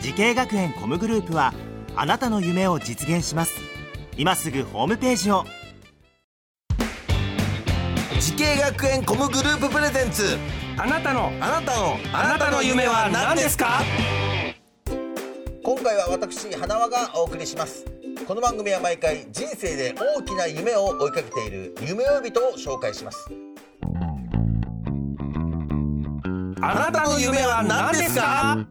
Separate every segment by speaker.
Speaker 1: 時系学園コムグループはあなたの夢を実現します今すぐホームページを
Speaker 2: 時系学園コムグループプレゼンツ
Speaker 3: あなたの
Speaker 2: あなたのあなたの夢は何ですか今回は私花輪がお送りしますこの番組は毎回人生で大きな夢を追いかけている夢追い人を紹介します
Speaker 3: あなたの夢は何ですか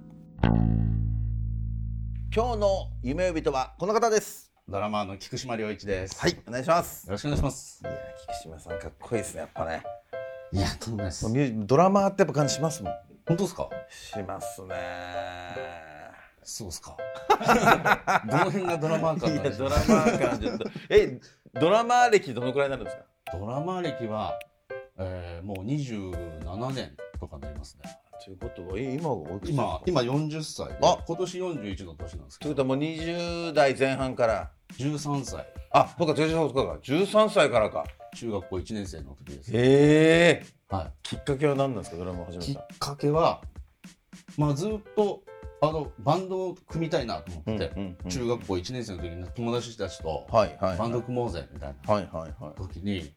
Speaker 2: 今日の夢追い人はこの方です
Speaker 4: ドラマーの菊島良一です。
Speaker 2: はいお願いします
Speaker 4: よろしくお願いします
Speaker 2: い。や菊島さんかっこいいですねやっぱね
Speaker 4: いや、とんでもないです。
Speaker 2: ミュージドラマーってやっぱ感じしますもん
Speaker 4: 本当ですか
Speaker 2: しますね
Speaker 4: そうですか。 どの辺がドラマーか
Speaker 2: い
Speaker 4: な
Speaker 2: やドラマー感じるえドラマー歴どのくらいになるんですか
Speaker 4: ドラマ歴は、えー、もう27年とかになりますね。
Speaker 2: ということはえ今はおいくつですか
Speaker 4: 今、今40歳で。
Speaker 2: あ
Speaker 4: 今年41の年なんです
Speaker 2: と
Speaker 4: け
Speaker 2: いうこ
Speaker 4: ど、
Speaker 2: とはもう20代前半から
Speaker 4: 13歳、
Speaker 2: あ僕は全然そうか13歳からか
Speaker 4: 中学校1年生の時です。
Speaker 2: へえ
Speaker 4: は
Speaker 2: きっかけは何なんですかドラマを始
Speaker 4: い。
Speaker 2: め
Speaker 4: き
Speaker 2: た
Speaker 4: っかけは、まあ、ずっと、あの、バンドを組みたいなと思って、
Speaker 2: んう
Speaker 4: 中学校1年生の時に友達たちと、
Speaker 2: はいはい
Speaker 4: バンド組もうぜ、みたいな。
Speaker 2: はいはいは
Speaker 4: 時に、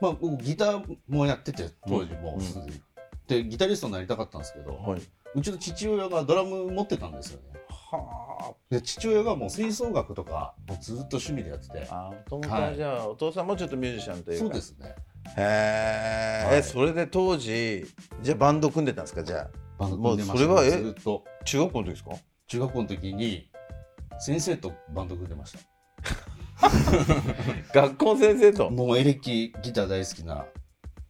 Speaker 4: まあ、僕ギターもやってて当時もうすでに、でギタリストになりたかったんですけど、
Speaker 2: いはいう
Speaker 4: ちの父親がドラム持ってたんですよね
Speaker 2: は
Speaker 4: で父親がもう吹奏楽とかもうずっと趣味でやってて
Speaker 2: あお友達じゃあお父さんもちょっとミュージシャンというか
Speaker 4: そうですね
Speaker 2: へえ
Speaker 4: はい
Speaker 2: えそれで当時じゃあバンド組んでたんですかじゃ
Speaker 4: バンド組んでました
Speaker 2: もうそれはえ
Speaker 4: ずっと
Speaker 2: あ中学校の時ですか
Speaker 4: 中学校の時に先生とバンド組んでまし
Speaker 2: 学校先生
Speaker 4: た
Speaker 2: と
Speaker 4: もうエレキギター大好きな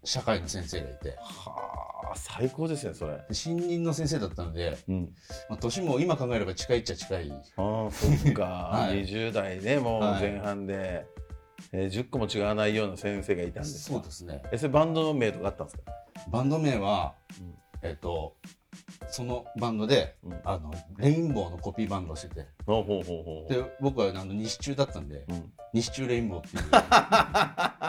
Speaker 4: 社会の先生がいて
Speaker 2: はあ最高ですねそれ
Speaker 4: で新任の先生だったので、
Speaker 2: うん
Speaker 4: まあ、年も今考えれば近いっちゃ近い
Speaker 2: ああそっか、
Speaker 4: い
Speaker 2: 20代ねもう
Speaker 4: はい
Speaker 2: 前半で、えー10個も違わないような先生がいたんですか
Speaker 4: そうですね
Speaker 2: えそれバンドの名とかあったんですか
Speaker 4: バンド名は、
Speaker 2: うん
Speaker 4: えっ、とそのバンドで、
Speaker 2: うん
Speaker 4: あのレインボーのコピーバンドをしてて
Speaker 2: ほうほうほうほう
Speaker 4: で僕はあの西中だったんで、
Speaker 2: うん
Speaker 4: 西中レインボーっていう
Speaker 2: フィ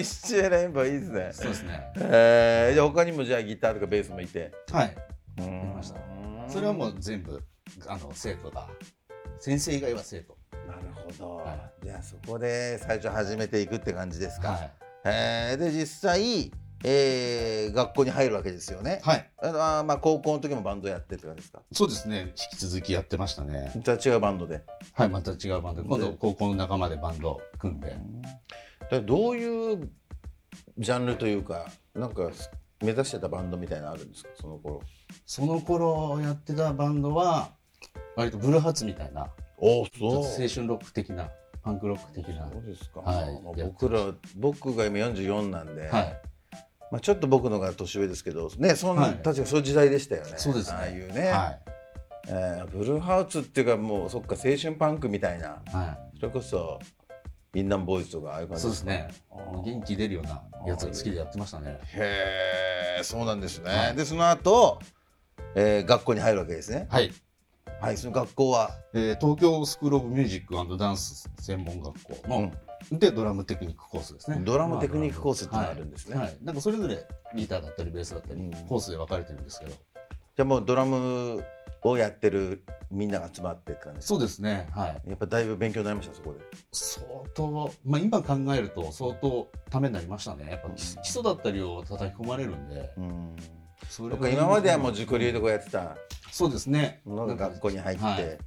Speaker 2: ッシュレインボーいいですね
Speaker 4: そうですね
Speaker 2: えー、じゃあ他にもじゃあギターとかベースもいて
Speaker 4: はい
Speaker 2: 出
Speaker 4: ましたそれはもう全部あの生徒が先生以外は生徒
Speaker 2: なるほど、
Speaker 4: は
Speaker 2: じゃあそこで最初始めていくって感じですか、
Speaker 4: はい、
Speaker 2: えーで実際、えー、学校に入るわけですよね、
Speaker 4: はい、
Speaker 2: あのあーまあ高校の時もバンドやってって感じですか
Speaker 4: そうですね引き続きやってましたね
Speaker 2: じゃあ違うバンドで
Speaker 4: はいまた違うバンド今度高校の仲間でバンド組んで
Speaker 2: だどういうジャンルというかなんか目指してたバンドみたいなのあるんですかその頃
Speaker 4: その頃やってたバンドは割とブルーハーツみたいな
Speaker 2: おお
Speaker 4: ちょっと青
Speaker 2: そう
Speaker 4: 春ロック的なパンクロック的な
Speaker 2: そうですか、
Speaker 4: はい
Speaker 2: まあ僕ら僕が今44なんで、
Speaker 4: はい
Speaker 2: まあ、ちょっと僕のが年上ですけどねそんな、
Speaker 4: はい
Speaker 2: 確かそういう時代でしたよね
Speaker 4: そうですね
Speaker 2: ああいうね、
Speaker 4: は。
Speaker 2: えーブルーハウスっていうかもうそっか青春パンクみたいない
Speaker 4: は
Speaker 2: それこそインナンボーイズとかああいう感
Speaker 4: い。
Speaker 2: じ
Speaker 4: そうですね。
Speaker 2: あー
Speaker 4: 元気出るようなやつが好きでやってましたね。
Speaker 2: へえそうなんですね、
Speaker 4: はい
Speaker 2: でその後、えー、学校に入るわけですね
Speaker 4: はい。
Speaker 2: はいその学校は
Speaker 4: えー東京スクールオブミュージックダンス専門学校の、でドラムテクニックコースですね。
Speaker 2: ドラムテクニックコースっていうのが
Speaker 4: ま
Speaker 2: あるんですね
Speaker 4: はいはいなんかそれぞれギターだったりベースだったり、
Speaker 2: うん
Speaker 4: コースで分かれてるんですけど。
Speaker 2: じゃあもうドラムをやってるみんなが集まってって感じ
Speaker 4: そうですね。はい。
Speaker 2: やっぱだいぶ勉強になりましたそこで
Speaker 4: 相当まあ今考えると相当ためになりましたね。やっぱ基基礎だったりを叩き込まれるんで。
Speaker 2: うん
Speaker 4: そ
Speaker 2: と
Speaker 4: れ
Speaker 2: か
Speaker 4: が
Speaker 2: 今まではもう自己流でこうやってた
Speaker 4: そうですね。
Speaker 2: のが学校に入って、
Speaker 4: はい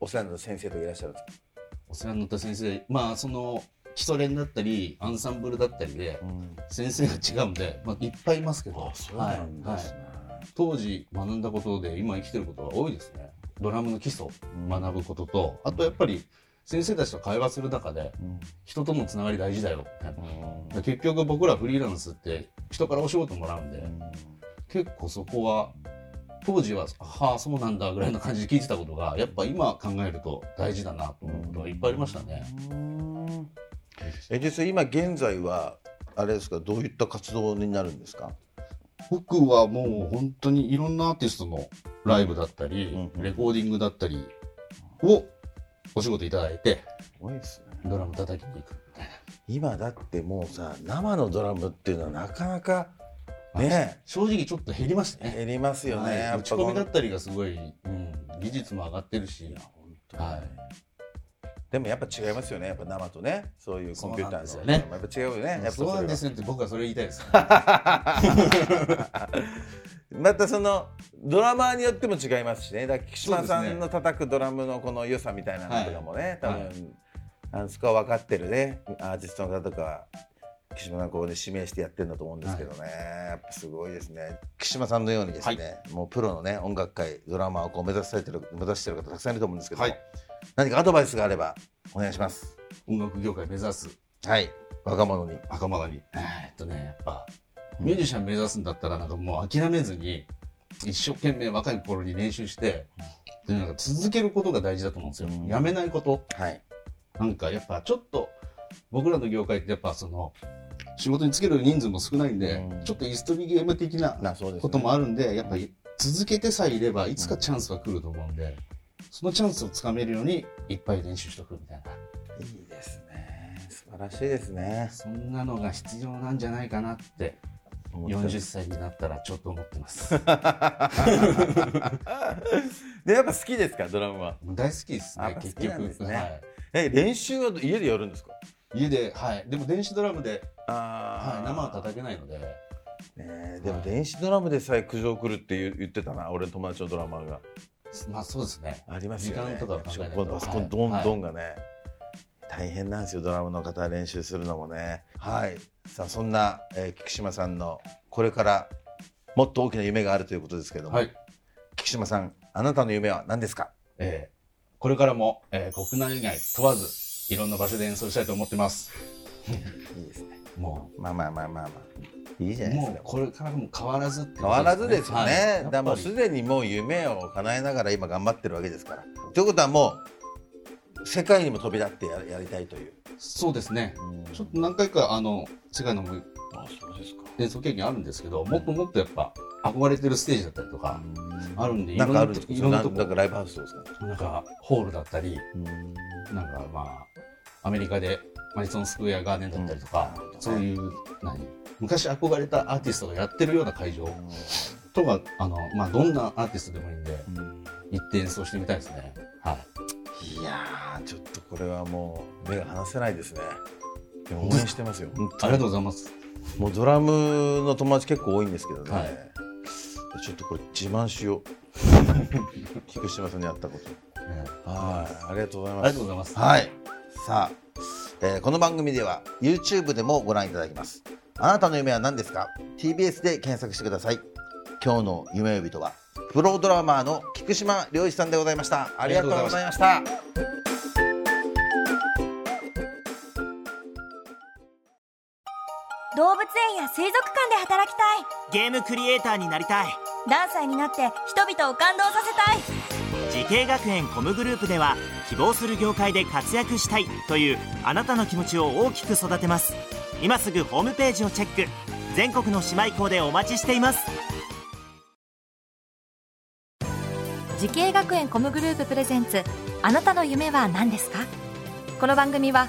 Speaker 2: お世話になった先生とかいらっしゃるんですか、
Speaker 4: お世話になった先生まあその基礎練だったりアンサンブルだったりで先生が違うんで、まあ、いっぱいいますけどはいはい、
Speaker 2: ね、
Speaker 4: 当時学んだことで今生きてることが多いですねドラムの基礎を学ぶこととあとやっぱり先生たちと会話する中で人とのつながり大事だよみたいなで結局僕らフリーランスって人からお仕事もらうんで結構そこは当時は「はあそうなんだ」ぐらいの感じで聞いてたことがやっぱ今考えると大事だなと思うことがいっぱいありましたね。
Speaker 2: え実際今現在はあれですかどういった活動になるんですか
Speaker 4: 僕はもう本当にいろんなアーティストのライブだったり、
Speaker 2: うんうん
Speaker 4: レコーディングだったりをお仕事いただいて
Speaker 2: すごいですね
Speaker 4: ドラム叩きに行くみたいな
Speaker 2: 今だってもうさ生のドラムっていうのはなかなかね
Speaker 4: 正直ちょっと減りましたね
Speaker 2: 減りますよね、
Speaker 4: はい
Speaker 2: やっぱ
Speaker 4: 打ち
Speaker 2: こ
Speaker 4: 込みだ
Speaker 2: の
Speaker 4: ったりがすごい、うん、技術も上がってるしは
Speaker 2: でもやっぱ違いますよねやっぱ生とねそういうコンピューターの
Speaker 4: そうなんですよね
Speaker 2: やっぱ違うよねやっぱ
Speaker 4: い、そうなんです
Speaker 2: よ
Speaker 4: よって僕はそれ言いた いです
Speaker 2: またそのドラマーによっても違いますしねだから岸間さ
Speaker 4: そうで
Speaker 2: ん
Speaker 4: すね
Speaker 2: の叩くドラムのこの良さみたいなのとかもね、多分、
Speaker 4: はい
Speaker 2: あのそこは分かってるねアーティストの方とか岸間さんこうね指名してやってるんだと思うんですけどね、やっぱすごいですね岸間さんのようにですね、もうプロのね音楽界ドラマーをこう目指されてる目指してる方たくさんいると思うんですけども、
Speaker 4: はい
Speaker 2: 何かアドバイスがあればお願いします
Speaker 4: 音楽業界目指す
Speaker 2: はい若者に
Speaker 4: 赤間にえーっとねやっぱミュージシャン目指すんだったらなんかもう諦めずに一生懸命若い頃に練習して、でなんか続けることが大事だと思うんですよ、
Speaker 2: うん
Speaker 4: やめないこと
Speaker 2: はい
Speaker 4: なんかやっぱちょっと僕らの業界ってやっぱその仕事につける人数も少ないんで、
Speaker 2: うん
Speaker 4: ちょっとイーストリーゲーム的な
Speaker 2: なそうですね、
Speaker 4: こともあるんで、やっぱり続けてさえいれば、いつかチャンスは来ると思うんで、そのチャンスをつかめるように、いっぱい練習しとくみたいな。
Speaker 2: いいですね素晴らしいですね
Speaker 4: そんなのが必要なんじゃないかなって、40歳になったらちょっと思ってます。
Speaker 2: でやっぱ好きですかドラムは
Speaker 4: もう 大好きです
Speaker 2: あ
Speaker 4: ね
Speaker 2: やっ、ぱ好
Speaker 4: 結
Speaker 2: きなん
Speaker 4: 局。
Speaker 2: ですね
Speaker 4: はい
Speaker 2: え練習は家でやるんですか
Speaker 4: 家で、はい。でも電子ドラムで、は
Speaker 2: あ
Speaker 4: い、生は叩けないので、
Speaker 2: ねえでも電子ドラムでさえ苦情来るって言う言ってたな俺の友達のドラマーが
Speaker 4: まあそうですね。
Speaker 2: ありますよね
Speaker 4: 時間とか考えないと
Speaker 2: このパソコンど
Speaker 4: は
Speaker 2: ん
Speaker 4: い
Speaker 2: どんがね、大変なんですよドラムの方は練習するのもねはいさあそんな、えー菊島さんのこれからもっと大きな夢があるということですけども、
Speaker 4: はい。
Speaker 2: 菊島さんあなたの夢は何ですか
Speaker 4: えーこれからも、えー国内外問わず、いろんな場所で演奏したいと思ってます。
Speaker 2: いいですね
Speaker 4: もう、
Speaker 2: まあまあまあまあまあいいじゃないですか
Speaker 4: もうこれからも変わらずってこと
Speaker 2: 変わらずですよね、
Speaker 4: はい
Speaker 2: だからもうすでにもう夢を叶えながら今頑張ってるわけですからということはもう世界にも飛び立ってややりたいという
Speaker 4: そうですねち
Speaker 2: ち
Speaker 4: ょ
Speaker 2: ょ
Speaker 4: っ
Speaker 2: っ
Speaker 4: と何回かあの世界の
Speaker 2: とあそうですか
Speaker 4: 演奏経験あるんですけどもっともっとやっぱ憧れてるステージだったりとかあるんで
Speaker 2: なんかあるんですか
Speaker 4: いろんなとこ
Speaker 2: なんかライブハウスですか
Speaker 4: なんかホールだったりなんかまあアメリカでマリソンスクエアガーデンだったりとか、
Speaker 2: うん
Speaker 4: そういう何昔憧れたアーティストがやってるような会場とかあの、まあ、どんなアーティストでもいいんで行って演奏してみたいですね。はい
Speaker 2: いやーちょっとこれはもう目が離せないですねでも応援してますよ
Speaker 4: ありがとうございます。
Speaker 2: もうドラムの友達結構多いんですけどね、
Speaker 4: はい
Speaker 2: ちょっとこれ自慢しよう菊島さんに会ったこと
Speaker 4: ね
Speaker 2: はいありがとうござい
Speaker 4: あ
Speaker 2: ま
Speaker 4: り
Speaker 2: す
Speaker 4: がとうございます。
Speaker 2: はい。さあ、えーこの番組では YouTube でもご覧いただきます。あなたの夢は何ですか ?TBS で検索してください。今日の夢呼人は、プロドラマーの菊島良一さんでございました。ありがとうございました。
Speaker 5: 動物園や水族館で働きたい
Speaker 1: ゲームクリエイターになりたい
Speaker 5: 何歳になって人々を感動させたい
Speaker 1: 時系学園コムグループでは希望する業界で活躍したいというあなたの気持ちを大きく育てます今すぐホームページをチェック全国の姉妹校でお待ちしています
Speaker 6: 時系学園コムグループプレゼンツあなたの夢は何ですかこの番組は